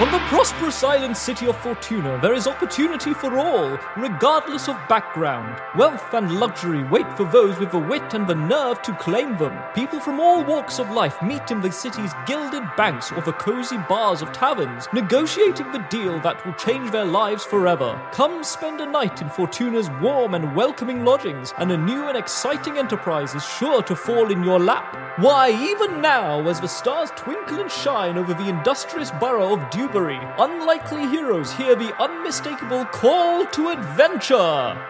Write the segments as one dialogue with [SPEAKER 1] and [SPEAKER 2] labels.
[SPEAKER 1] On the prosperous island city of Fortuna, there is opportunity for all, regardless of background. Wealth and luxury wait for those with the wit and the nerve to claim them. People from all walks of life meet in the city's gilded banks or the cozy bars of taverns, negotiating the deal that will change their lives forever. Come spend a night in Fortuna's warm and welcoming lodgings, and a new and exciting enterprise is sure to fall in your lap. Why, even now, as the stars twinkle and shine over the industrious borough of Duke unlikely heroes hear the unmistakable call to adventure.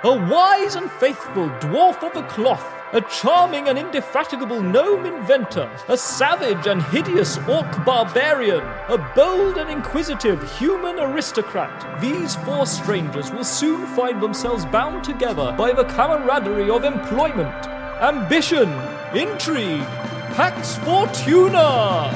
[SPEAKER 1] A wise and faithful dwarf of a cloth, a charming and indefatigable gnome inventor, a savage and hideous orc barbarian, a bold and inquisitive human aristocrat. These four strangers will soon find themselves bound together by the camaraderie of employment, ambition, intrigue, Pax Fortuna!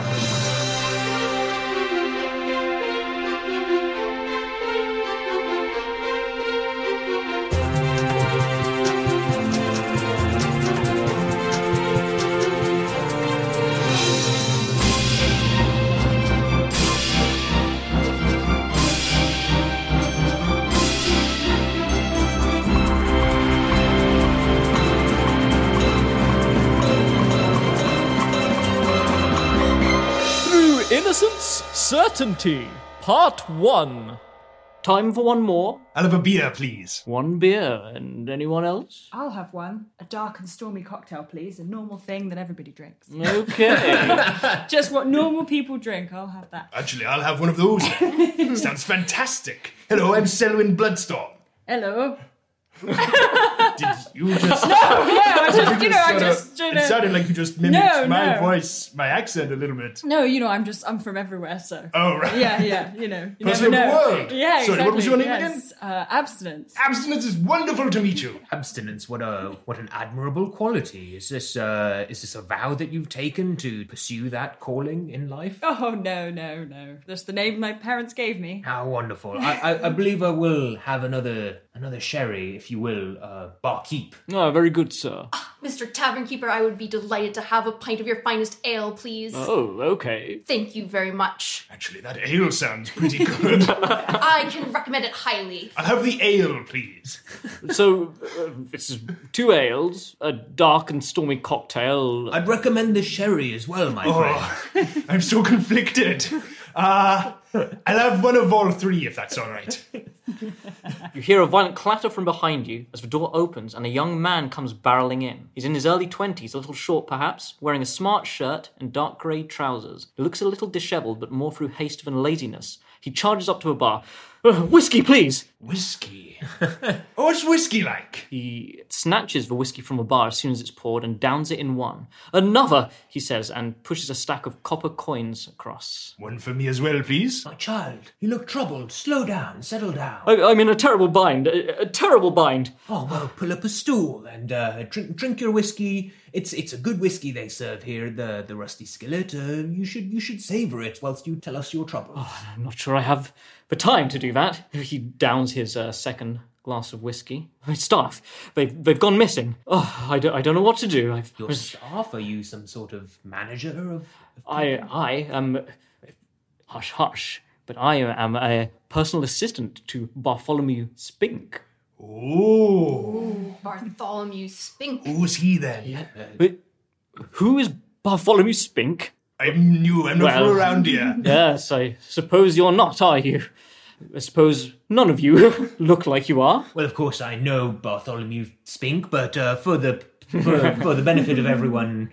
[SPEAKER 1] Innocence, Certainty, Part 1. Time for one more.
[SPEAKER 2] I'll have a beer, please.
[SPEAKER 1] One beer, and anyone else?
[SPEAKER 3] I'll have one. A dark and stormy cocktail, please. A normal thing that everybody drinks.
[SPEAKER 1] Okay.
[SPEAKER 3] Just what normal people drink, I'll have that.
[SPEAKER 2] Actually, I'll have one of those. Sounds fantastic. Hello, I'm Selwyn Bloodstorm.
[SPEAKER 3] Hello.
[SPEAKER 2] Did you just?
[SPEAKER 3] Oh, yeah, I just, you know, I
[SPEAKER 2] Sorta-
[SPEAKER 3] just, you
[SPEAKER 2] it
[SPEAKER 3] know.
[SPEAKER 2] sounded like you just mimicked
[SPEAKER 3] No,
[SPEAKER 2] my
[SPEAKER 3] no.
[SPEAKER 2] voice, my accent a little bit.
[SPEAKER 3] No, you know, I'm just, I'm from everywhere, so.
[SPEAKER 2] Oh right.
[SPEAKER 3] Yeah, yeah, you know. You
[SPEAKER 2] Person
[SPEAKER 3] never
[SPEAKER 2] of
[SPEAKER 3] know.
[SPEAKER 2] the world.
[SPEAKER 3] Yeah, exactly.
[SPEAKER 2] Sorry, what was your name
[SPEAKER 3] yes. Uh, abstinence.
[SPEAKER 2] Abstinence is wonderful to meet you.
[SPEAKER 4] Abstinence, what a what an admirable quality. Is this uh, is this a vow that you've taken to pursue that calling in life?
[SPEAKER 3] Oh, no, no, no. That's the name my parents gave me.
[SPEAKER 4] How wonderful! I, I, I believe I will have another another sherry, if you will, uh, barkeep. Ah,
[SPEAKER 1] no, Ah, very good, sir.
[SPEAKER 5] Mr. Tavern Keeper, I would be delighted to have a pint of your finest ale, please.
[SPEAKER 1] Oh, okay.
[SPEAKER 5] Thank you very much.
[SPEAKER 2] Actually, that ale sounds pretty good.
[SPEAKER 5] I can recommend it highly.
[SPEAKER 2] I'll have the ale, please.
[SPEAKER 1] So, uh, this is two ales, a dark and stormy cocktail.
[SPEAKER 4] I'd recommend the sherry as well, my friend.
[SPEAKER 2] Oh, I'm so conflicted. Uh, I'll have one of all three if that's all right.
[SPEAKER 1] You hear a violent clatter from behind you as the door opens and a young man comes barreling in. He's in his early 20s, a little short perhaps, wearing a smart shirt and dark grey trousers. He looks a little dishevelled, but more through haste than laziness. He charges up to a bar. "Uh, whiskey, please!
[SPEAKER 2] Whiskey. oh, what's whiskey like?
[SPEAKER 1] He snatches the whiskey from a bar as soon as it's poured and downs it in one. Another, he says, and pushes a stack of copper coins across.
[SPEAKER 2] One for me as well, please.
[SPEAKER 4] My child, you look troubled. Slow down, settle down.
[SPEAKER 1] I, I'm in a terrible bind, a, a terrible bind.
[SPEAKER 4] Oh well, pull up a stool and uh, drink drink your whiskey. It's it's a good whiskey they serve here. The the rusty skillet. Uh, you should you should savor it whilst you tell
[SPEAKER 6] Oh,
[SPEAKER 4] us your troubles.
[SPEAKER 1] I'm not sure I have the time to do that. He downs his uh, second
[SPEAKER 6] glass of whiskey. My staff, they've, they've gone missing. Oh, I, don't, I don't know what to do. I've,
[SPEAKER 4] Your staff? Are you some sort of manager of?
[SPEAKER 6] Hmm. I, I am. Hush, hush. But I am a personal assistant to Bartholomew Spink.
[SPEAKER 2] Ooh.
[SPEAKER 5] Bartholomew Spink.
[SPEAKER 2] Who's he then?
[SPEAKER 6] But who is Bartholomew Spink?
[SPEAKER 2] I'm new. I'm not
[SPEAKER 6] Well-
[SPEAKER 2] from around here.
[SPEAKER 6] Yes, I suppose you're not, are you? I suppose none of you look like you are.
[SPEAKER 4] Well, of course, I know Bartholomew Spink, but uh, for the for, for the benefit of everyone,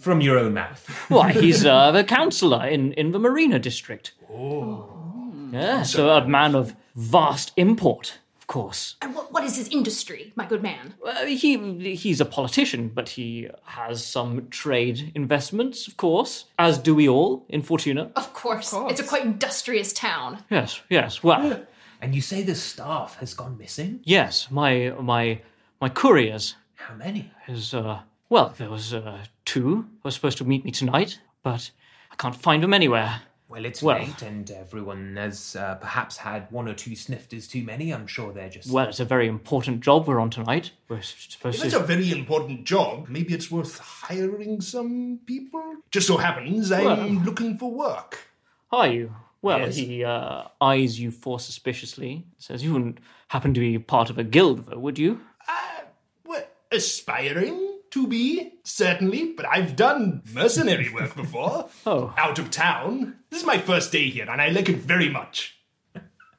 [SPEAKER 4] from your own mouth.
[SPEAKER 6] Why, he's uh, the councillor in, in the Marina district. Oh. Yeah, so a man of vast import, of course.
[SPEAKER 5] And what, what is his industry, my good man?
[SPEAKER 6] Uh, he he's a politician, but he has some trade investments, of course, as do we all in Fortuna.
[SPEAKER 5] Of course. It's a quite industrious town.
[SPEAKER 6] Yes, yes. Well,
[SPEAKER 4] And you say the staff has gone missing?
[SPEAKER 6] yes. My my my couriers
[SPEAKER 4] How many?
[SPEAKER 6] is uh well, there was uh, two who were supposed to meet me tonight, but I can't find them anywhere.
[SPEAKER 4] Well, it's
[SPEAKER 6] Well-
[SPEAKER 4] late, and everyone has uh, perhaps had one or two snifters too many. I'm sure they're just.
[SPEAKER 6] Well, it's a very important job we're on tonight. We're supposed
[SPEAKER 2] If it's
[SPEAKER 6] to.
[SPEAKER 2] a very important job, maybe it's worth hiring some people. Just so happens I'm
[SPEAKER 6] Well.
[SPEAKER 2] looking for work.
[SPEAKER 6] Are you? Well,
[SPEAKER 2] Yes.
[SPEAKER 6] he uh, eyes you for suspiciously. Says you wouldn't happen to be part of a guild, though, would you?
[SPEAKER 2] Well, aspiring to be, certainly, but I've done mercenary work before.
[SPEAKER 6] Oh.
[SPEAKER 2] Out of town. This is my first day here, and I like it very much.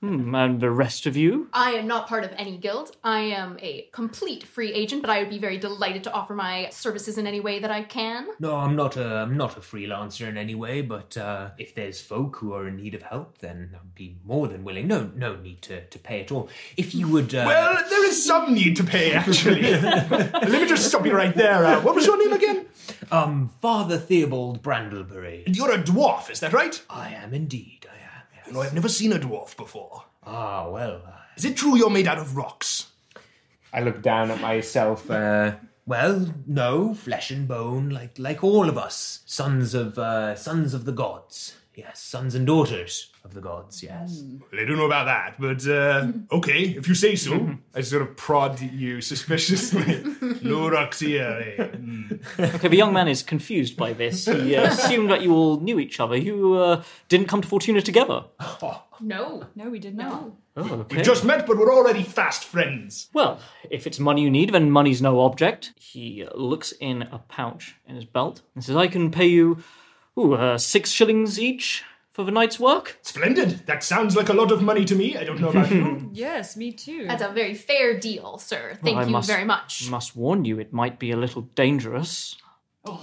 [SPEAKER 6] Hmm, and the rest of you?
[SPEAKER 5] I am not part of any guild. I am a complete free agent, but I would be very delighted to offer my services in any way that I can.
[SPEAKER 4] No, I'm not a I'm not a freelancer in any way, but uh, if there's folk who are in need of help, then I'd be more than willing. No, no need to, to pay at all. If you would, uh,
[SPEAKER 2] Well, there is some need to pay, actually. Let me just stop you right there. Uh, what was your name again?
[SPEAKER 4] um, Father Theobald Brandlebury,
[SPEAKER 2] You're a dwarf, is that right?
[SPEAKER 4] I am indeed. I am. yes.
[SPEAKER 2] You know, I've never seen a dwarf before.
[SPEAKER 4] Ah, well. Uh,
[SPEAKER 2] Is it true you're made out of rocks?
[SPEAKER 7] I look down at myself. Uh,
[SPEAKER 4] Uh, well, no, flesh and bone, like like all of us, sons of uh, sons of the gods. Yes, sons and daughters of the gods. Yes.
[SPEAKER 2] Well, I don't know about that, but uh, okay, if you say so. I sort of prod you suspiciously. no rocks here. eh?
[SPEAKER 6] Okay, the young man is confused by this. He uh, assumed that you all knew each other. You uh, didn't come to Fortuna together.
[SPEAKER 5] No.
[SPEAKER 3] No, we did not.
[SPEAKER 6] Oh, okay.
[SPEAKER 2] We've Oh, just met, but we're already fast friends.
[SPEAKER 6] Well, if it's money you need, then money's no object. He uh, looks in a pouch in his belt and says, I can pay you ooh, uh, six shillings each for the night's work.
[SPEAKER 2] Splendid. That sounds like a lot of money to me. I don't know about you.
[SPEAKER 3] Yes, me too.
[SPEAKER 5] That's a very fair deal, sir. Thank
[SPEAKER 6] I
[SPEAKER 5] you
[SPEAKER 6] must-
[SPEAKER 5] very much.
[SPEAKER 6] Must warn you, it might be a little dangerous.
[SPEAKER 3] Oh,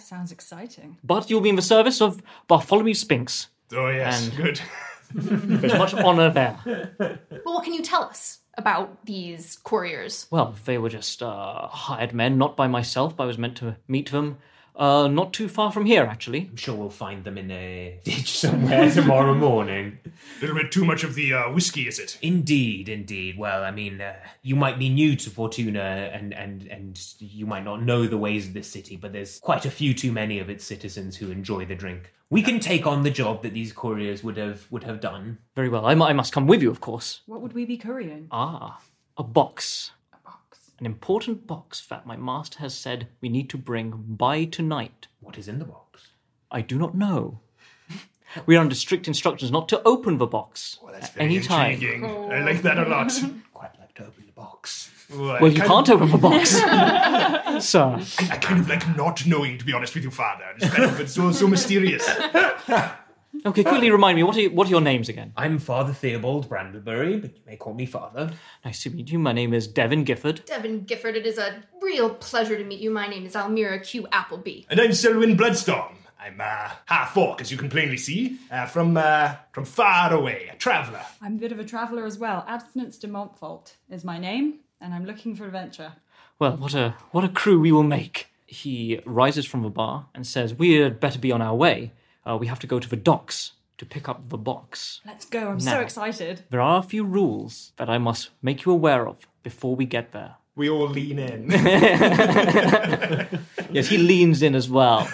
[SPEAKER 3] Sounds exciting.
[SPEAKER 6] But you'll be in the service of Bartholomew Spinks.
[SPEAKER 2] Oh yes,
[SPEAKER 6] And-
[SPEAKER 2] good.
[SPEAKER 6] There's much honour there.
[SPEAKER 5] Well, what can you tell us about these couriers?
[SPEAKER 6] Well, they were just uh, hired men, not by myself, but I was meant to meet them uh, not too far from here, actually.
[SPEAKER 4] I'm sure we'll find them in a
[SPEAKER 7] ditch somewhere tomorrow morning.
[SPEAKER 2] A little bit too much of the uh, whiskey, is it?
[SPEAKER 4] Indeed, indeed. Well, I mean, uh, you might be new to Fortuna, and and and you might not know the ways of this city, but there's quite a few too many of its citizens who enjoy the drink. We can take on the job that these couriers would have would have done.
[SPEAKER 6] Very well. I, mu- I must come with you, of course.
[SPEAKER 3] What would we be currying?
[SPEAKER 6] Ah, a box. A box. An important box that my master has said we need to bring by tonight.
[SPEAKER 4] What is in the box?
[SPEAKER 6] I do not know. we are under strict instructions not to open the box
[SPEAKER 2] Well, that's
[SPEAKER 6] at
[SPEAKER 2] very
[SPEAKER 6] any time.
[SPEAKER 2] intriguing. I like that a lot.
[SPEAKER 4] Quite like to open the box.
[SPEAKER 2] Well, I
[SPEAKER 6] Well, you
[SPEAKER 2] kind
[SPEAKER 6] can't open the box, sir.
[SPEAKER 2] Of, I kind of like not knowing, to be honest with you, Father. It's better if it's so, so mysterious.
[SPEAKER 6] Okay, quickly remind me what are, what are your names again?
[SPEAKER 4] I'm Father Theobald Brandlebury, but you may call me Father.
[SPEAKER 6] Nice to meet you. My name is Devin Gifford.
[SPEAKER 5] Devin Gifford, it is a real pleasure to meet you. My name is Almira Q. Appleby.
[SPEAKER 2] And I'm Selwyn Bloodstorm. I'm uh, half orc, as you can plainly see, uh, from uh, from far away, a traveller.
[SPEAKER 3] I'm a bit of a traveller as well. Abstinence de Montfort is my name, and I'm looking for adventure.
[SPEAKER 6] Well, what a what a crew we will make. He rises from the bar and says, "We had better be on our way. Uh, we have to go to the docks to pick up the box.
[SPEAKER 3] Let's go. I'm
[SPEAKER 6] Now.
[SPEAKER 3] so excited.
[SPEAKER 6] There are a few rules that I must make you aware of before we get there."
[SPEAKER 2] We all lean in.
[SPEAKER 6] Yes, he leans in as well.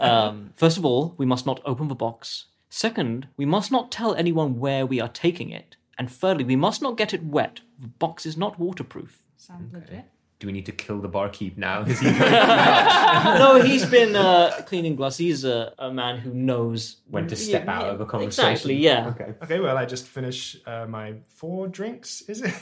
[SPEAKER 6] Um, first of all, we must not open the box. Second, we must not tell anyone where we are taking it. And thirdly, we must not get it wet
[SPEAKER 1] The box is not waterproof.
[SPEAKER 3] Sounds legit.
[SPEAKER 4] Do we need to kill the barkeep now? Is he-
[SPEAKER 6] no, he's been uh, cleaning glass. He's a, a man who knows
[SPEAKER 8] When to step
[SPEAKER 6] Mm, Yeah,
[SPEAKER 8] out
[SPEAKER 6] yeah,
[SPEAKER 8] of a conversation.
[SPEAKER 6] Exactly, yeah.
[SPEAKER 8] Okay.
[SPEAKER 2] Okay, well, I just finish uh, my four drinks, is it?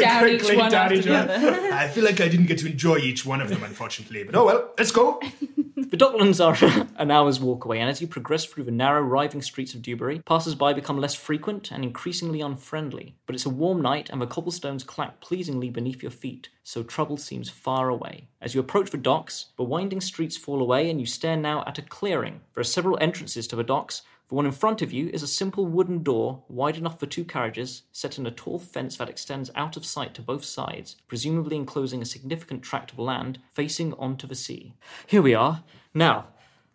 [SPEAKER 3] Down each
[SPEAKER 2] quickly,
[SPEAKER 3] one
[SPEAKER 2] down
[SPEAKER 3] after
[SPEAKER 2] each
[SPEAKER 3] the
[SPEAKER 2] one.
[SPEAKER 3] other.
[SPEAKER 2] I feel like I didn't get to enjoy each one of them, unfortunately. But oh well, let's go.
[SPEAKER 6] The Docklands are an hour's walk away, and as you progress through the narrow, riving streets of Dewberry, passers-by become less frequent and increasingly unfriendly. But it's a warm night, and the cobblestones clack pleasingly beneath your feet, so trouble seems far away. As you approach the docks, the winding streets fall away, and you stare now at a clearing. There are several entrances to the docks. The one in front of you is a simple wooden door, wide enough for two carriages, set in a tall fence that extends out of sight to both sides, presumably enclosing a significant tract of land facing onto the sea. Here we are. Now,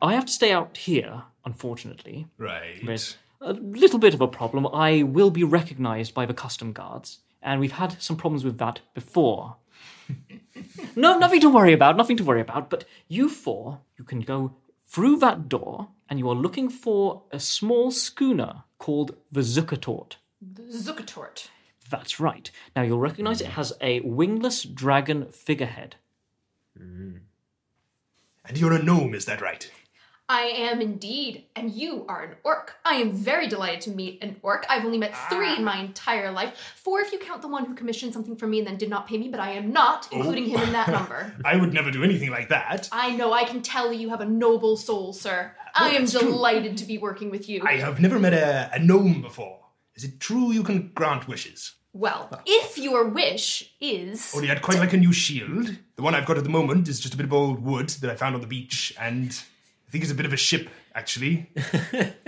[SPEAKER 6] I have to stay out here, unfortunately.
[SPEAKER 2] Right.
[SPEAKER 6] There's a little bit of a problem. I will be recognized by the custom guards, and we've had some problems with that before. no, nothing to worry about, nothing to worry about, but you four, you can go through that door, and you are looking for a small schooner called the Zuckertort.
[SPEAKER 5] Zucatort.
[SPEAKER 6] That's right. Now you'll recognize it has a wingless dragon figurehead.
[SPEAKER 2] Mm. And you're a gnome, is that right?
[SPEAKER 5] I am indeed, and you are an orc. I am very delighted to meet an orc. I've only met three in my entire life. Four if you count the one who commissioned something for me and then did not pay me, but I am not
[SPEAKER 2] Oh.
[SPEAKER 5] including him in that number.
[SPEAKER 2] I would never do anything like that.
[SPEAKER 5] I know I can tell you have a noble soul, sir. I am delighted to be working with you.
[SPEAKER 2] I have never met a, a gnome before. Is it true you can grant wishes?
[SPEAKER 5] Well, if your wish is
[SPEAKER 2] Only Oh, I'd quite like a new shield. The one I've got at the moment is just a bit of old wood that I found on the beach, and I think it's a bit of a ship, actually.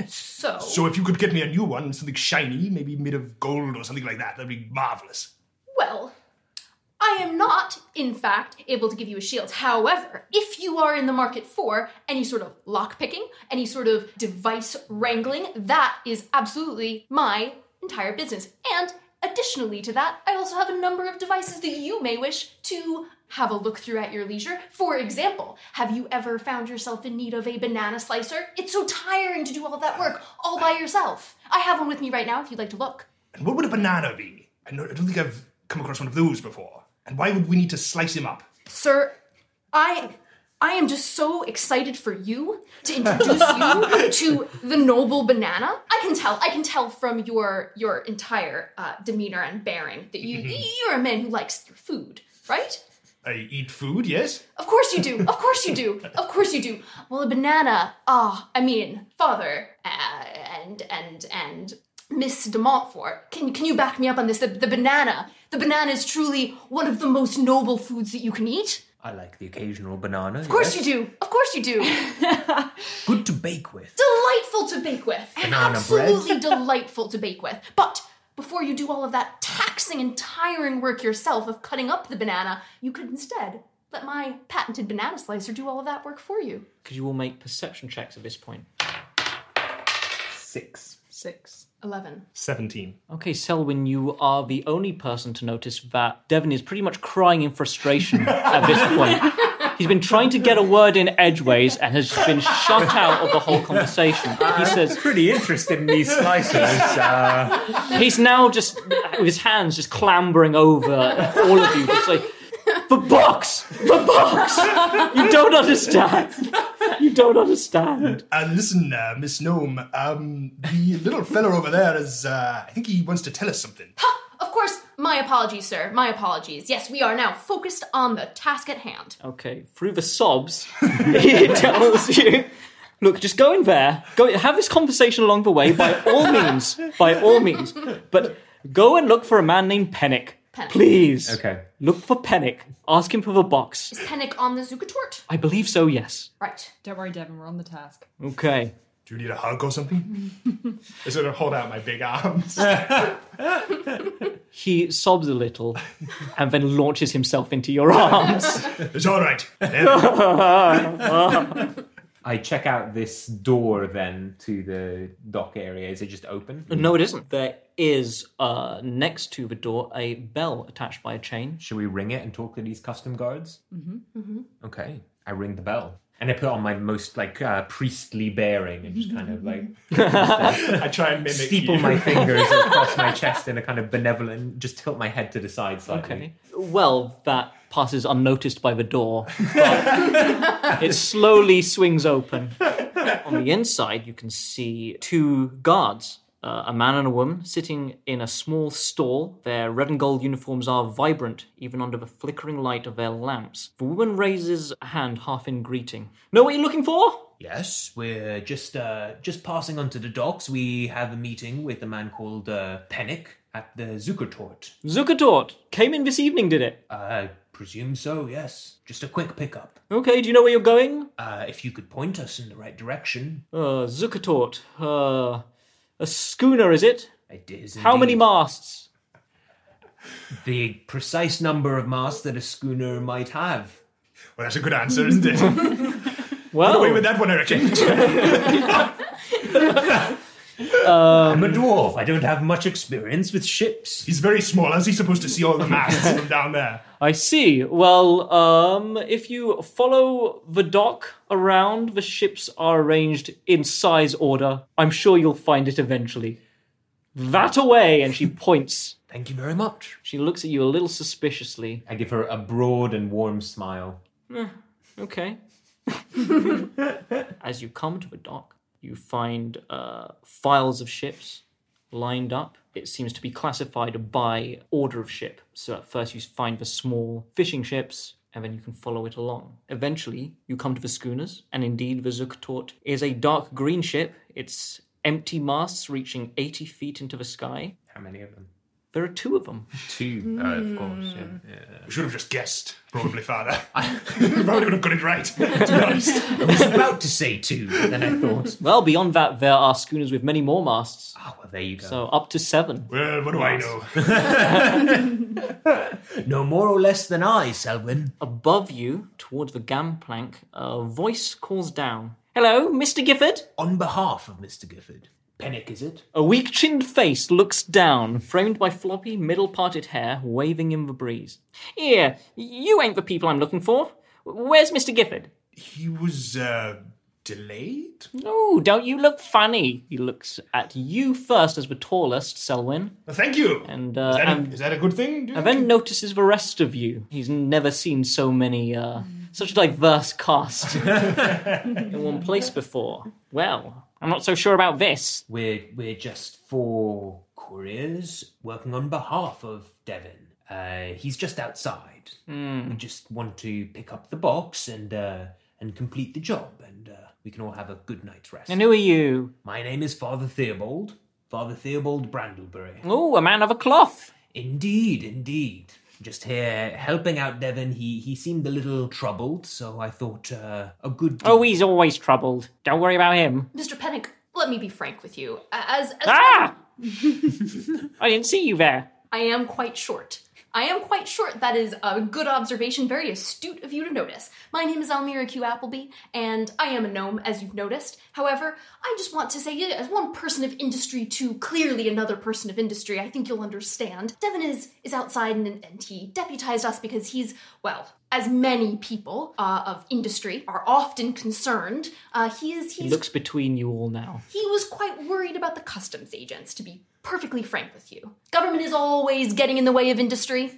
[SPEAKER 5] so,
[SPEAKER 2] So if you could get me a new one, something shiny, maybe made of gold or something like that, that'd be marvelous.
[SPEAKER 5] well, I am not, in fact, able to give you a shield. However, if you are in the market for any sort of lock picking, any sort of device wrangling, that is absolutely my entire business. And additionally to that, I also have a number of devices that you may wish to have a look through at your leisure. For example, have you ever found yourself in need of a banana slicer? It's so tiring to do all that work all by yourself. I have one with me right now if you'd like to look.
[SPEAKER 2] And what would a banana be? I, know, I don't think I've come across one of those before. And why would we need to slice him up?
[SPEAKER 5] Sir, I I am just so excited for you to introduce you to the noble banana. I can tell. I can tell from your your entire uh, demeanor and bearing that you you're a man who likes your food, right?
[SPEAKER 2] I eat food, yes?
[SPEAKER 5] Of course you do. Of course you do. Of course you do. Well, a banana. Ah, I mean, father uh, and and and Miss de Montfort. Can can you back me up on this? The, the banana. The banana is truly one of the most noble foods that you can eat.
[SPEAKER 4] I like the occasional banana.
[SPEAKER 5] Of course you do. Of course you do.
[SPEAKER 4] Good to bake with.
[SPEAKER 5] delightful to bake with.
[SPEAKER 4] Banana bread.
[SPEAKER 5] Absolutely delightful to bake with. But before you do all of that taxing and tiring work yourself of cutting up the banana, you could instead let my patented banana slicer do all of that work for you.
[SPEAKER 6] Because you will make perception checks at this point.
[SPEAKER 8] Six.
[SPEAKER 3] Six.
[SPEAKER 5] 11.
[SPEAKER 2] 17.
[SPEAKER 6] Okay, Selwyn, you are the only person to notice that Devon is pretty much crying in frustration at this point. He's been trying to get a word in edgeways and has been shut out of the whole conversation. He says
[SPEAKER 8] Pretty interested in these slicers. Uh,
[SPEAKER 6] he's now just with his hands just clambering over all of you, just like the box, the box. You don't understand. You don't understand.
[SPEAKER 2] Uh, listen, uh, Miss Gnome, um, the little fella over there is, uh, I think he wants to tell us something.
[SPEAKER 5] Of course, my apologies, sir. My apologies. Yes, we are now focused on the task at hand.
[SPEAKER 6] Okay, through the sobs, he tells you, look, just go in there, go have this conversation along the way, by all means, by all means, but go and look for a man named Pennick,
[SPEAKER 5] Pennick.
[SPEAKER 6] please.
[SPEAKER 8] Okay.
[SPEAKER 6] Look for Pennick. Ask him for the box.
[SPEAKER 5] Is Pennick on the Zuka tort?
[SPEAKER 6] I believe so, yes.
[SPEAKER 5] Right.
[SPEAKER 3] Don't worry, Devon, we're on the task.
[SPEAKER 6] Okay.
[SPEAKER 2] Do you need a hug or something? I sort of hold out my big arms.
[SPEAKER 6] He sobs a little and then launches himself into your arms.
[SPEAKER 2] it's all right. There.
[SPEAKER 8] I check out this door then to the dock area. Is it just open?
[SPEAKER 6] no, it isn't. There is, uh, next to the door, a bell attached by a chain.
[SPEAKER 5] Mm-hmm.
[SPEAKER 8] Should we ring it and talk to these custom guards? Mm-hmm. Okay. I ring the bell.
[SPEAKER 4] And I put on my most like uh, priestly bearing and just kind of like
[SPEAKER 2] I try and mimic
[SPEAKER 4] steeple
[SPEAKER 2] you.
[SPEAKER 4] my fingers across my chest in a kind of benevolent, just tilt my head to the side slightly.
[SPEAKER 6] Okay. Well, that passes unnoticed by the door. but it slowly swings open. On the inside, you can see two guards. Uh, a man and a woman sitting in a small stall. Their red and gold uniforms are vibrant, even under the flickering light of their lamps. The woman raises a hand half in greeting. Know what you're looking for?
[SPEAKER 4] Yes, we're just uh, just passing onto the docks. We have a meeting with a man called uh, Pennick at the Zuckertort.
[SPEAKER 6] Zuckertort came in this evening, did it?
[SPEAKER 4] I presume so. Yes, just a quick pickup.
[SPEAKER 6] Okay, do you know where you're going?
[SPEAKER 4] Uh, if you could point us in the right direction,
[SPEAKER 6] Uh, Zuckertort. Uh, a schooner, is it?
[SPEAKER 4] it is.
[SPEAKER 6] How many
[SPEAKER 4] indeed.
[SPEAKER 6] masts?
[SPEAKER 4] The precise number of masts that a schooner might have.
[SPEAKER 2] Well, that's a good answer, isn't it?
[SPEAKER 6] Well,
[SPEAKER 2] Wait with that one, I reckon.
[SPEAKER 6] Um,
[SPEAKER 4] I'm a dwarf. I don't have much experience with ships.
[SPEAKER 2] He's very small. How's he supposed to see all the masts from down there?
[SPEAKER 6] I see. Well, um, if you follow the dock around, the ships are arranged in size order. I'm sure you'll find it eventually. That away, and she points.
[SPEAKER 4] Thank you very much.
[SPEAKER 6] She looks at you a little suspiciously.
[SPEAKER 4] I give her a broad and warm smile.
[SPEAKER 6] Okay. As you come to the dock, you find uh, files of ships lined up. It seems to be classified by order of ship. So at first you find the small fishing ships, and then you can follow it along. Eventually, you come to the schooners, and indeed, the Zuktort is a dark green ship. Its empty masts reaching 80 feet into the sky.
[SPEAKER 4] How many of them?
[SPEAKER 6] There are two of them.
[SPEAKER 4] Two. Uh, of course. Yeah.
[SPEAKER 2] We should have just guessed, probably, Father. probably would have got it right. To be honest.
[SPEAKER 4] I was about to say two, but then I thought,
[SPEAKER 6] Well, beyond that, there are schooners with many more masts.
[SPEAKER 4] oh, well, there you go.
[SPEAKER 6] So up to seven.
[SPEAKER 2] Well, what do I know?
[SPEAKER 4] no more or less than I, Selwyn.
[SPEAKER 6] above you, towards the gangplank, a voice calls down. Hello, Mr. Gifford?
[SPEAKER 4] On behalf of Mr. Gifford. Pennick, is it?
[SPEAKER 6] A weak chinned face looks down, framed by floppy, middle parted hair waving in the breeze. Here, you ain't the people I'm looking for. Where's Mr. Gifford?
[SPEAKER 2] He was uh, delayed?
[SPEAKER 6] No, Oh, don't you look funny. He looks at you first as the tallest, Selwyn,
[SPEAKER 2] Well, thank you.
[SPEAKER 6] and,
[SPEAKER 2] is,
[SPEAKER 6] uh,
[SPEAKER 2] that a,
[SPEAKER 1] Um,
[SPEAKER 6] and,
[SPEAKER 2] is that a good thing? do you
[SPEAKER 6] and
[SPEAKER 2] think?
[SPEAKER 6] then notices the rest of you. He's never seen so many, uh, such a diverse cast in one place before. Well, I'm not so sure about this.
[SPEAKER 4] We're, we're just four couriers working on behalf of Devon. Uh, he's just outside.
[SPEAKER 6] Hmm.
[SPEAKER 4] We just want to pick up the box and, uh, and complete the job, and uh, we can all have a good night's rest.
[SPEAKER 6] And who are you?
[SPEAKER 4] My name is Father Theobald. Father Theobald Brandlebury.
[SPEAKER 6] Oh, a man of a cloth.
[SPEAKER 4] Indeed, indeed. Just here helping out Devon. He he seemed a little troubled, so I thought uh, a good.
[SPEAKER 6] Oh, he's always troubled. Don't worry about him.
[SPEAKER 5] Mr. Pennick, let me be frank with you. As, as
[SPEAKER 6] Ah! I didn't see you there.
[SPEAKER 5] I am quite short. I am quite short. That is a good observation, very astute of you to notice. My name is Almira Q. Appleby, and I am a gnome, as you've noticed. However, I just want to say, yeah, as one person of industry to clearly another person of industry, I think you'll understand. Devon is is outside, and, and he deputized us because he's well. As many people uh, of industry are often concerned, uh, he is
[SPEAKER 6] He
[SPEAKER 5] he's
[SPEAKER 6] looks between you all now.
[SPEAKER 5] he was quite worried about the customs agents, to be perfectly frank with you. Government is always getting in the way of industry.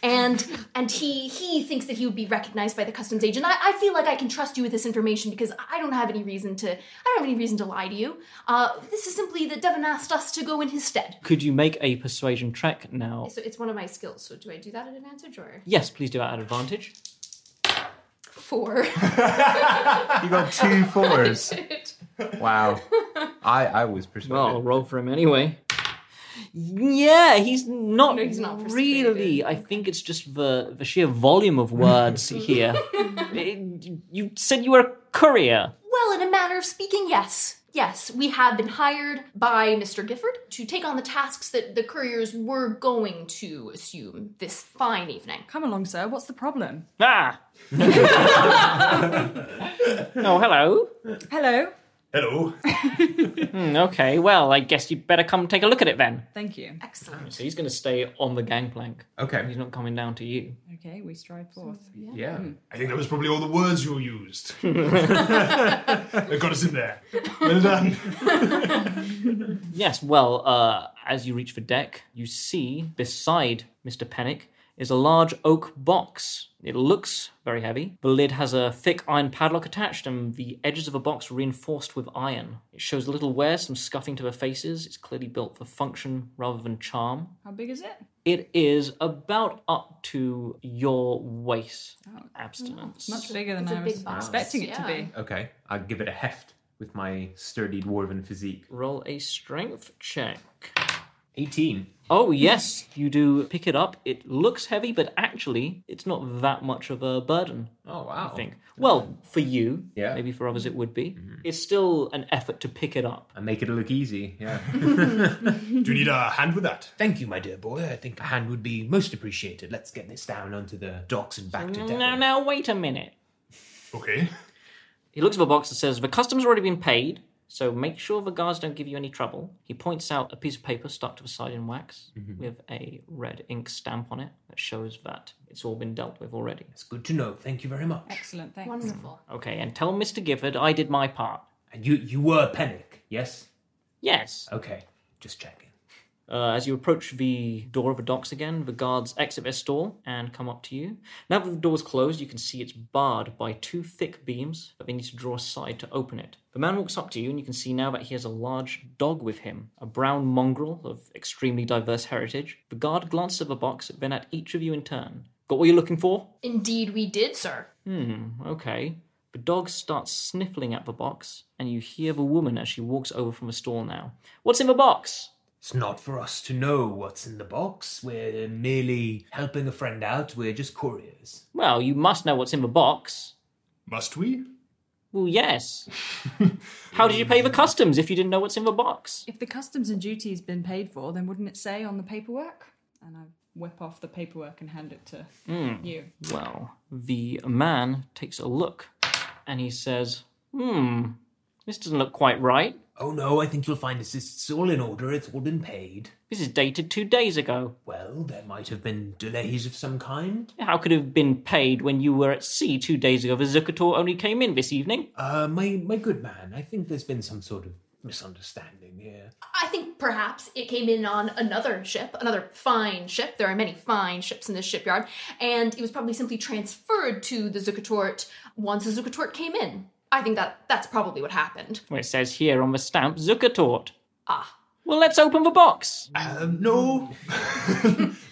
[SPEAKER 5] And and he he thinks that he would be recognized by the customs agent. I, I feel like I can trust you with this information because I don't have any reason to I don't have any reason to lie to you. Uh, this is simply that Devon asked us to go in his stead.
[SPEAKER 6] Could you make a persuasion track now?
[SPEAKER 5] So it's one of my skills. So do I do that at advantage or
[SPEAKER 6] Yes, please do that at advantage.
[SPEAKER 5] four?
[SPEAKER 8] You got two fours. wow. I, I was persuaded.
[SPEAKER 6] Well, I'll roll for him anyway. Yeah, he's not,
[SPEAKER 5] No, he's not
[SPEAKER 6] really.
[SPEAKER 5] persuaded.
[SPEAKER 6] I think it's just the, the sheer volume of words here. It- you said you were a courier.
[SPEAKER 5] Well, in a manner of speaking, yes. Yes, we have been hired by Mr. Gifford to take on the tasks that the couriers were going to assume this fine evening.
[SPEAKER 3] Come along, sir. What's the problem?
[SPEAKER 6] Ah! oh, hello. Hmm,
[SPEAKER 3] Hello.
[SPEAKER 2] Hello.
[SPEAKER 6] Okay, well, I guess you'd better come take a look at it then.
[SPEAKER 3] Thank you.
[SPEAKER 5] Excellent.
[SPEAKER 6] So he's going to stay on the gangplank.
[SPEAKER 8] Okay.
[SPEAKER 6] He's not coming down to you.
[SPEAKER 3] Okay, we stride forth.
[SPEAKER 2] Yeah.
[SPEAKER 5] Hmm.
[SPEAKER 3] Hmm.
[SPEAKER 2] I think that was probably all the words you used. that got us in there. Well done.
[SPEAKER 6] Yes, well, uh, as you reach the deck, you see beside Mr. Pennick is a large oak box. It looks very heavy. The lid has a thick iron padlock attached, and the edges of the box reinforced with iron. It shows little wear, some scuffing to the faces. It's clearly built for function rather than charm.
[SPEAKER 3] How big is it?
[SPEAKER 6] It is about up to your waist abstinence.
[SPEAKER 3] Much bigger than
[SPEAKER 5] It's a
[SPEAKER 3] I was
[SPEAKER 5] big box,
[SPEAKER 3] expecting it to
[SPEAKER 5] yeah.
[SPEAKER 3] be.
[SPEAKER 8] Okay, I'll give it a heft with my sturdy dwarven physique.
[SPEAKER 6] Roll a strength check.
[SPEAKER 4] 18.
[SPEAKER 6] Oh, yes, you do pick it up. It looks heavy, but actually, it's not that much of a burden.
[SPEAKER 8] Oh wow!
[SPEAKER 6] I think. Well, for you,
[SPEAKER 8] Yeah.
[SPEAKER 6] maybe for others it would be.
[SPEAKER 4] Mm-hmm.
[SPEAKER 6] It's still an effort to pick it up.
[SPEAKER 8] I make it look easy. Yeah.
[SPEAKER 2] Do you need a hand with that?
[SPEAKER 4] Thank you, my dear boy. I think a hand would be most appreciated. Let's get this down onto the docks and back to
[SPEAKER 6] Now,
[SPEAKER 4] Devon.
[SPEAKER 6] now, wait a minute.
[SPEAKER 2] Okay.
[SPEAKER 6] He looks at the box that says the custom's already been paid, so make sure the guards don't give you any trouble. He points out a piece of paper stuck to the side in wax
[SPEAKER 4] Mm-hmm.
[SPEAKER 6] with a red ink stamp on it that shows that it's all been dealt with already.
[SPEAKER 4] It's good to know. Thank you very much.
[SPEAKER 3] Excellent, thanks.
[SPEAKER 5] Wonderful.
[SPEAKER 6] Okay, and tell Mr. Gifford I did my part.
[SPEAKER 4] And you, you were Pennick, yes?
[SPEAKER 6] Yes.
[SPEAKER 4] Okay, just checking.
[SPEAKER 6] Uh, as you approach the door of the docks again, the guards exit their stall and come up to you. Now that the door's closed, you can see it's barred by two thick beams that they need to draw aside to open it. The man walks up to you, and you can see now that he has a large dog with him, a brown mongrel of extremely diverse heritage. The guard glances at the box, then at each of you in turn. Got what you're looking for?
[SPEAKER 5] Indeed, we did, sir.
[SPEAKER 6] Hmm, okay. The dog starts sniffling at the box, and you hear the woman as she walks over from the stall now. What's in the box?
[SPEAKER 4] It's not for us to know what's in the box. We're merely helping a friend out. We're just couriers.
[SPEAKER 6] Well, you must know what's in the box.
[SPEAKER 2] Must we?
[SPEAKER 6] Well, yes. How did you pay the customs if you didn't know what's in the box?
[SPEAKER 3] If the customs and duty has been paid for, then wouldn't it say on the paperwork? And I whip off the paperwork and hand it to you.
[SPEAKER 6] Hmm, Well, the man takes a look and he says, Hmm, this doesn't look quite right.
[SPEAKER 4] Oh no, I think you'll find this is all in order. It's all been paid.
[SPEAKER 6] This is dated two days ago.
[SPEAKER 4] Well, there might have been delays of some kind.
[SPEAKER 6] How could it have been paid when you were at sea two days ago? The Zucator only came in this evening.
[SPEAKER 4] Uh, my, my good man, I think there's been some sort of misunderstanding here.
[SPEAKER 5] I think perhaps it came in on another ship, another fine ship. There are many fine ships in this shipyard, and it was probably simply transferred to the Zucatort once the Zucatort came in. I think that that's probably what happened.
[SPEAKER 6] Well, it says here on the stamp, Zucatort. Ah. Well, let's open the box.
[SPEAKER 2] Um, no.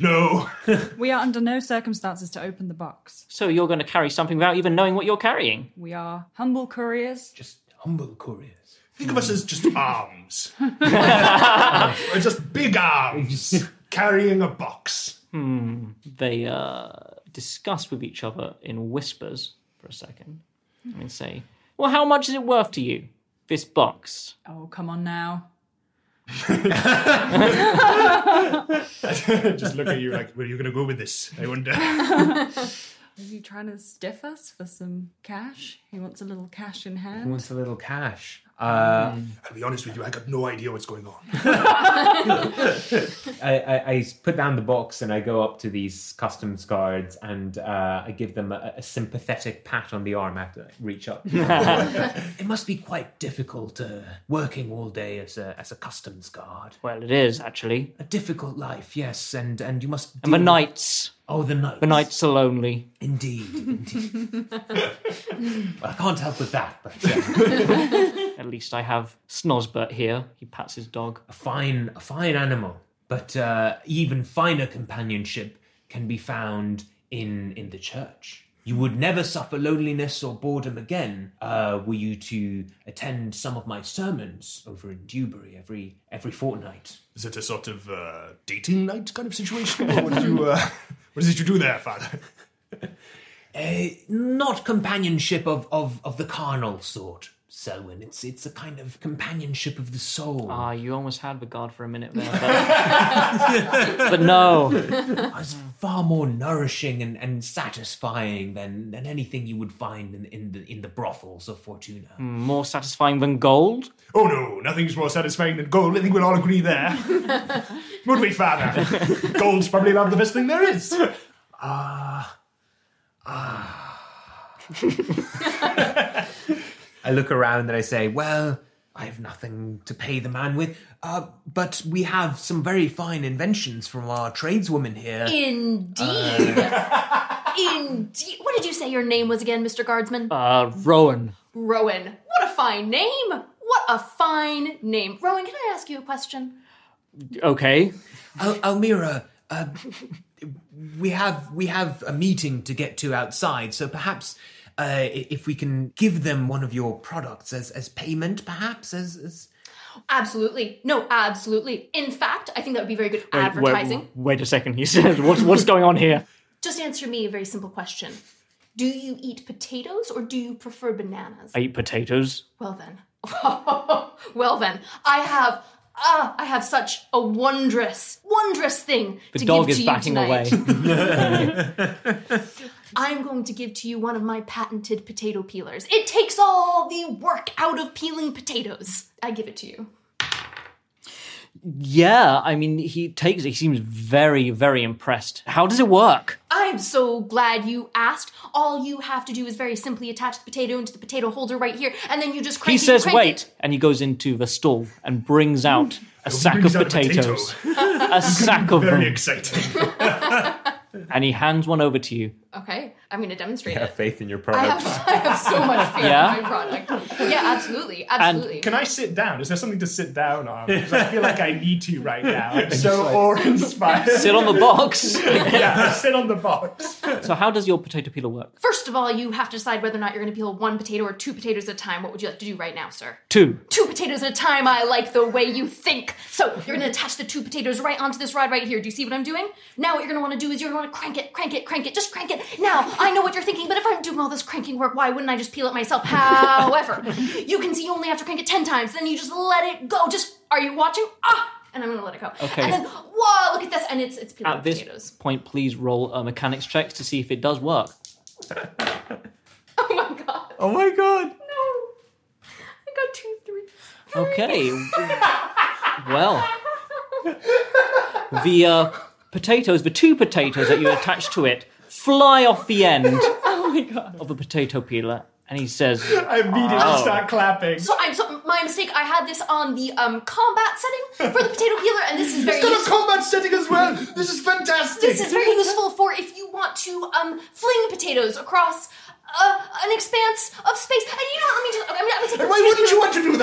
[SPEAKER 2] no.
[SPEAKER 3] We are under no circumstances to open the box.
[SPEAKER 6] So you're going to carry something without even knowing what you're carrying?
[SPEAKER 3] We are humble couriers.
[SPEAKER 4] Just humble couriers.
[SPEAKER 2] Think of us as just arms. We're just big arms carrying a box.
[SPEAKER 6] Hmm, they uh, discuss with each other in whispers for a second and say, Well, how much is it worth to you, this box?
[SPEAKER 3] Oh, come on now.
[SPEAKER 2] just look at you like, where are you going to go with this? I wonder.
[SPEAKER 3] Are you trying to stiff us for some cash? He wants a little cash in
[SPEAKER 8] Who
[SPEAKER 3] hand.
[SPEAKER 8] wants a little cash? Uh,
[SPEAKER 2] I'll be honest with you, I got no idea what's going on.
[SPEAKER 8] I, I, I put down the box and I go up to these customs guards and uh, I give them a, a sympathetic pat on the arm after I reach up.
[SPEAKER 4] It must be quite difficult uh, working all day as a, as a customs guard.
[SPEAKER 6] Well, it is actually.
[SPEAKER 4] A difficult life, yes, and, and you must.
[SPEAKER 6] And the
[SPEAKER 4] deal-
[SPEAKER 6] knights,
[SPEAKER 4] Oh, the night.
[SPEAKER 6] the knights are lonely.
[SPEAKER 4] Indeed, indeed. well, I can't help with that, but uh,
[SPEAKER 6] At least I have Snozbert here. He pats his dog.
[SPEAKER 4] a fine, a fine animal. But uh, even finer companionship can be found in in the church. You would never suffer loneliness or boredom again uh, were you to attend some of my sermons over in Dewberry every every fortnight.
[SPEAKER 2] Is it a sort of uh, dating night kind of situation? Or what, do you, uh, what is it you do there, Father?
[SPEAKER 4] Uh, not companionship of, of, of the carnal sort, Selwyn. It's it's a kind of companionship of the soul.
[SPEAKER 6] Ah, you almost had the guard for a minute there. But, but no.
[SPEAKER 4] It's far more nourishing and, and satisfying than, than anything you would find in, in the in the brothels of Fortuna.
[SPEAKER 6] Hmm, More satisfying than gold?
[SPEAKER 2] Oh no, nothing's more satisfying than gold. I think we'll all agree there. Would we, Father? Gold's probably about the best thing there is.
[SPEAKER 8] Ah. Ah. I look around and I say, Well, I have nothing to pay the man with, uh, but we have some very fine inventions from our tradeswoman here. Uh,
[SPEAKER 5] Indeed. Indeed. What did you say your name was again, Mr. Guardsman?
[SPEAKER 6] Uh, Rowan.
[SPEAKER 5] Rowan. What a fine name! What a fine name. Rowan, can I ask you a question?
[SPEAKER 6] Okay.
[SPEAKER 8] Al- Almira, uh, we have we have a meeting to get to outside, so perhaps uh, i- if we can give them one of your products as as payment, perhaps as. as...
[SPEAKER 5] Absolutely. No, absolutely. In fact, I think that would be very good advertising.
[SPEAKER 6] Wait, wait a second. He says, "What's what's going on here?"
[SPEAKER 5] Just answer me a very simple question. Do you eat potatoes or do you prefer bananas?
[SPEAKER 6] I eat potatoes.
[SPEAKER 5] Well then. well then, I have ah, I have such a wondrous, wondrous thing
[SPEAKER 6] The
[SPEAKER 5] to
[SPEAKER 6] dog
[SPEAKER 5] give
[SPEAKER 6] is
[SPEAKER 5] to you
[SPEAKER 6] backing
[SPEAKER 5] tonight.
[SPEAKER 6] away.
[SPEAKER 5] I'm going to give to you one of my patented potato peelers. It takes all the work out of peeling potatoes. I give it to you.
[SPEAKER 6] yeah, I mean, he takes it. He seems very, very impressed. How does it work?
[SPEAKER 5] I'm so glad you asked. All you have to do is very simply attach the potato into the potato holder right here, and then you just crank
[SPEAKER 6] he
[SPEAKER 5] it,
[SPEAKER 6] says,
[SPEAKER 5] crank
[SPEAKER 6] "Wait," and he goes into the stall and brings out a sack
[SPEAKER 2] brings out
[SPEAKER 6] of
[SPEAKER 2] a potato.
[SPEAKER 6] potatoes, a sack of
[SPEAKER 2] Very
[SPEAKER 6] them,
[SPEAKER 2] exciting.
[SPEAKER 6] and he hands one over to you.
[SPEAKER 5] It. Okay, I'm going to demonstrate it.
[SPEAKER 8] faith in your
[SPEAKER 5] I have, I have so much faith
[SPEAKER 6] Yeah?
[SPEAKER 5] in my product. Yeah, absolutely, absolutely.
[SPEAKER 2] Can I sit down? Is there something to sit down on? 'Cause I feel like I need to right now. I'm so awe-inspired.
[SPEAKER 6] Sit on the box.
[SPEAKER 2] yeah, sit on the box.
[SPEAKER 6] so, how does your potato peeler work?
[SPEAKER 5] First of all, you have to decide whether or not you're going to peel one potato or two potatoes at a time. What would you like to do right now, sir?
[SPEAKER 6] Two.
[SPEAKER 5] Two potatoes at a time. I like the way you think. So you're going to attach the two potatoes right onto this rod right here. Do you see what I'm doing? Now what you're going to want to do is you're going to want to crank it, crank it, crank it, just crank it. Now I know what you're thinking, but if I'm doing all this cranking work, why wouldn't I just peel it myself? However, you can see you only have to crank it ten times. Then you just let it go. Just are you watching? Ah, and I'm going to let it go.
[SPEAKER 6] Okay.
[SPEAKER 5] And then whoa, look at this, and it's it's peeling
[SPEAKER 6] At this
[SPEAKER 5] potatoes.
[SPEAKER 6] point, please roll a mechanics check to see if it does work.
[SPEAKER 5] Oh my god.
[SPEAKER 8] Oh my god!
[SPEAKER 5] No. I got two, three.
[SPEAKER 6] Okay. well, the uh, potatoes, the two potatoes that you attach to it, fly off the end
[SPEAKER 3] Oh my god.
[SPEAKER 6] of a potato peeler, and he says,
[SPEAKER 2] I immediately start clapping.
[SPEAKER 5] So I'm so my mistake. I had this on the um, combat setting for the potato peeler, and this is very
[SPEAKER 2] Got a
[SPEAKER 5] useful.
[SPEAKER 2] combat setting as well. This is fantastic.
[SPEAKER 5] This is very useful for if you want to um, fling potatoes across uh, an expanse of space. And you know, what, let me just. Okay, I'm, gonna- I'm gonna take
[SPEAKER 2] Why wouldn't you want to do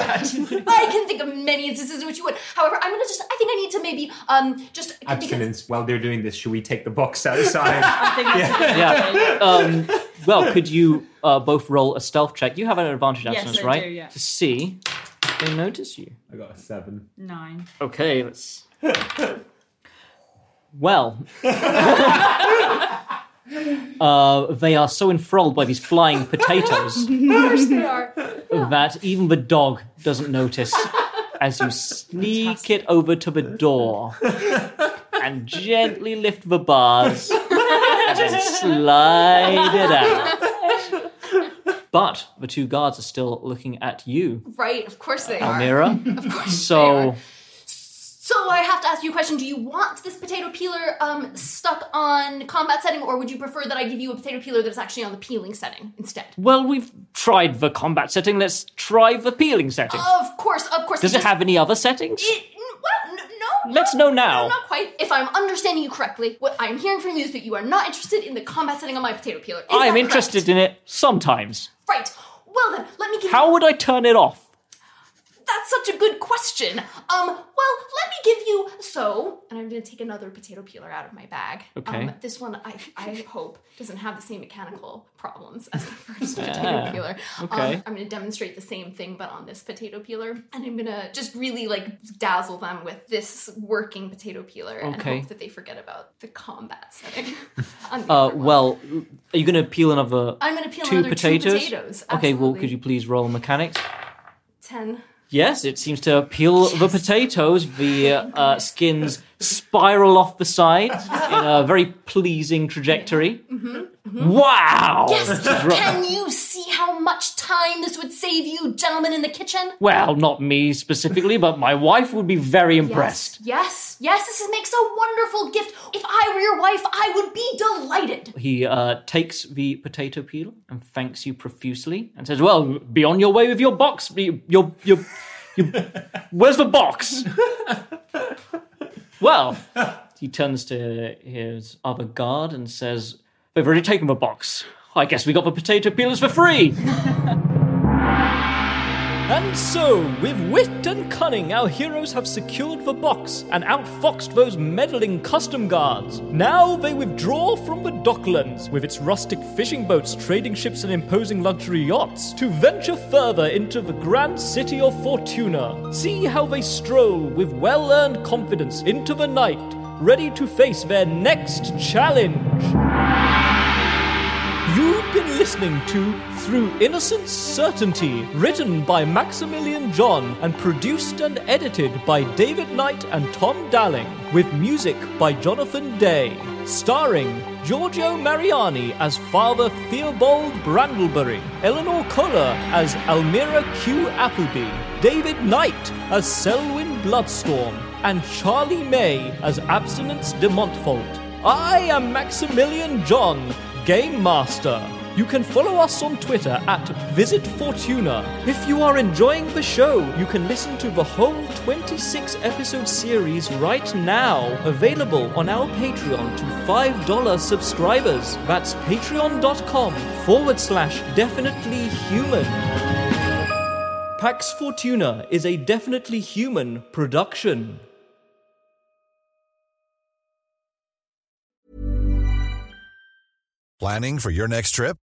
[SPEAKER 2] that?
[SPEAKER 5] I can think of many instances in which you would. However, I'm gonna just. I think I need to maybe um just because
[SPEAKER 8] Abstinence. While they're doing this, should we take the box outside?
[SPEAKER 3] I think that's a good
[SPEAKER 6] "Yeah."
[SPEAKER 3] idea.
[SPEAKER 6] Um, well, could you uh, both roll a stealth check? You have an advantage,
[SPEAKER 3] Yes,
[SPEAKER 6] abstinence,
[SPEAKER 3] I
[SPEAKER 6] right?
[SPEAKER 3] do, yeah.
[SPEAKER 6] To see if they notice you.
[SPEAKER 8] I got a seven.
[SPEAKER 3] Nine.
[SPEAKER 6] Okay, let's. well. uh, they are so enthralled by these flying potatoes
[SPEAKER 5] they are.
[SPEAKER 6] that even the dog doesn't notice as you sneak it over to the door and gently lift the bars and then slide it out. But the two guards are still looking at you,
[SPEAKER 5] Right, of course they are.
[SPEAKER 6] Almira.
[SPEAKER 5] they
[SPEAKER 6] So,
[SPEAKER 5] are. So I have to ask you a question. Do you want this potato peeler um, stuck on combat setting, or would you prefer that I give you a potato peeler that's actually on the peeling setting instead?
[SPEAKER 6] well, we've tried the combat setting. Let's try the peeling setting.
[SPEAKER 5] Oh, Of course, of course.
[SPEAKER 6] Does it
[SPEAKER 5] because
[SPEAKER 6] have any other settings?
[SPEAKER 5] It, n- well, n- no.
[SPEAKER 6] Let's
[SPEAKER 5] no,
[SPEAKER 6] know now.
[SPEAKER 5] No, not quite. If I'm understanding you correctly, what I'm hearing from you is that you are not interested in the combat setting on my potato peeler. Is that
[SPEAKER 6] I'm
[SPEAKER 5] correct?
[SPEAKER 6] interested in it sometimes.
[SPEAKER 5] Right. Well then, let me give
[SPEAKER 6] How
[SPEAKER 5] you.
[SPEAKER 6] would I turn it off?
[SPEAKER 5] That's such a good question. Um. Well, let me give you. So, and I'm going to take another potato peeler out of my bag.
[SPEAKER 6] Okay.
[SPEAKER 5] Um, this one, I I hope doesn't have the same mechanical problems as the first potato peeler.
[SPEAKER 6] okay.
[SPEAKER 5] Um, I'm going to demonstrate the same thing, but on this potato peeler, and I'm going to just really like dazzle them with this working potato peeler, and
[SPEAKER 6] Okay.
[SPEAKER 5] hope that they forget about the combat setting. Um, on the
[SPEAKER 6] Uh,
[SPEAKER 5] other one.
[SPEAKER 6] well, are you going to peel another
[SPEAKER 5] I'm going to peel
[SPEAKER 6] two
[SPEAKER 5] another
[SPEAKER 6] potatoes?
[SPEAKER 5] two potatoes.
[SPEAKER 6] Okay, well,
[SPEAKER 5] absolutely.
[SPEAKER 6] could you please roll mechanics?
[SPEAKER 5] ten?
[SPEAKER 6] Yes, it seems to peel the potatoes. The uh, skins spiral off the side in a very pleasing trajectory.
[SPEAKER 5] Mhm,
[SPEAKER 6] Wow!
[SPEAKER 5] Yes!
[SPEAKER 6] Dro-
[SPEAKER 5] Can you see how much time this would save you, gentlemen in the kitchen?
[SPEAKER 6] Well, not me specifically, but my wife would be very impressed.
[SPEAKER 5] Yes, yes, this is, makes a wonderful gift. If I were your wife, I would be delighted.
[SPEAKER 6] He uh, takes the potato peel and thanks you profusely and says, "Well, be on your way with your box. Your your your, your- where's the box?" well, he turns to his other guard and says, "They've already taken the box. I guess we got the potato peelers for free."
[SPEAKER 1] And so, with wit and cunning, our heroes have secured the box and outfoxed those meddling custom guards. Now they withdraw from the docklands, with its rustic fishing boats, trading ships, and imposing luxury yachts, to venture further into the grand city of Fortuna. See how they stroll with well earned confidence into the night, ready to face their next challenge. You've been listening to Through Innocent Certainty, written by Maximilian John and produced and edited by David Knight and Tom Dalling, with music by Jonathan Day, starring Giorgio Mariani as Father Theobald Brandlebury, Eleanor Kohler as Almira Q. Appleby, David Knight as Selwyn Bloodstorm, and Charlie May as Abstinence de Montfort. I am Maximilian John, Game Master. You can follow us on Twitter at Visit Fortuna. If you are enjoying the show, you can listen to the whole 26 episode series right now, available on our Patreon to $5 subscribers. That's patreon.com forward slash definitely human. Pax Fortuna is a definitely human production.
[SPEAKER 9] Planning for your next trip?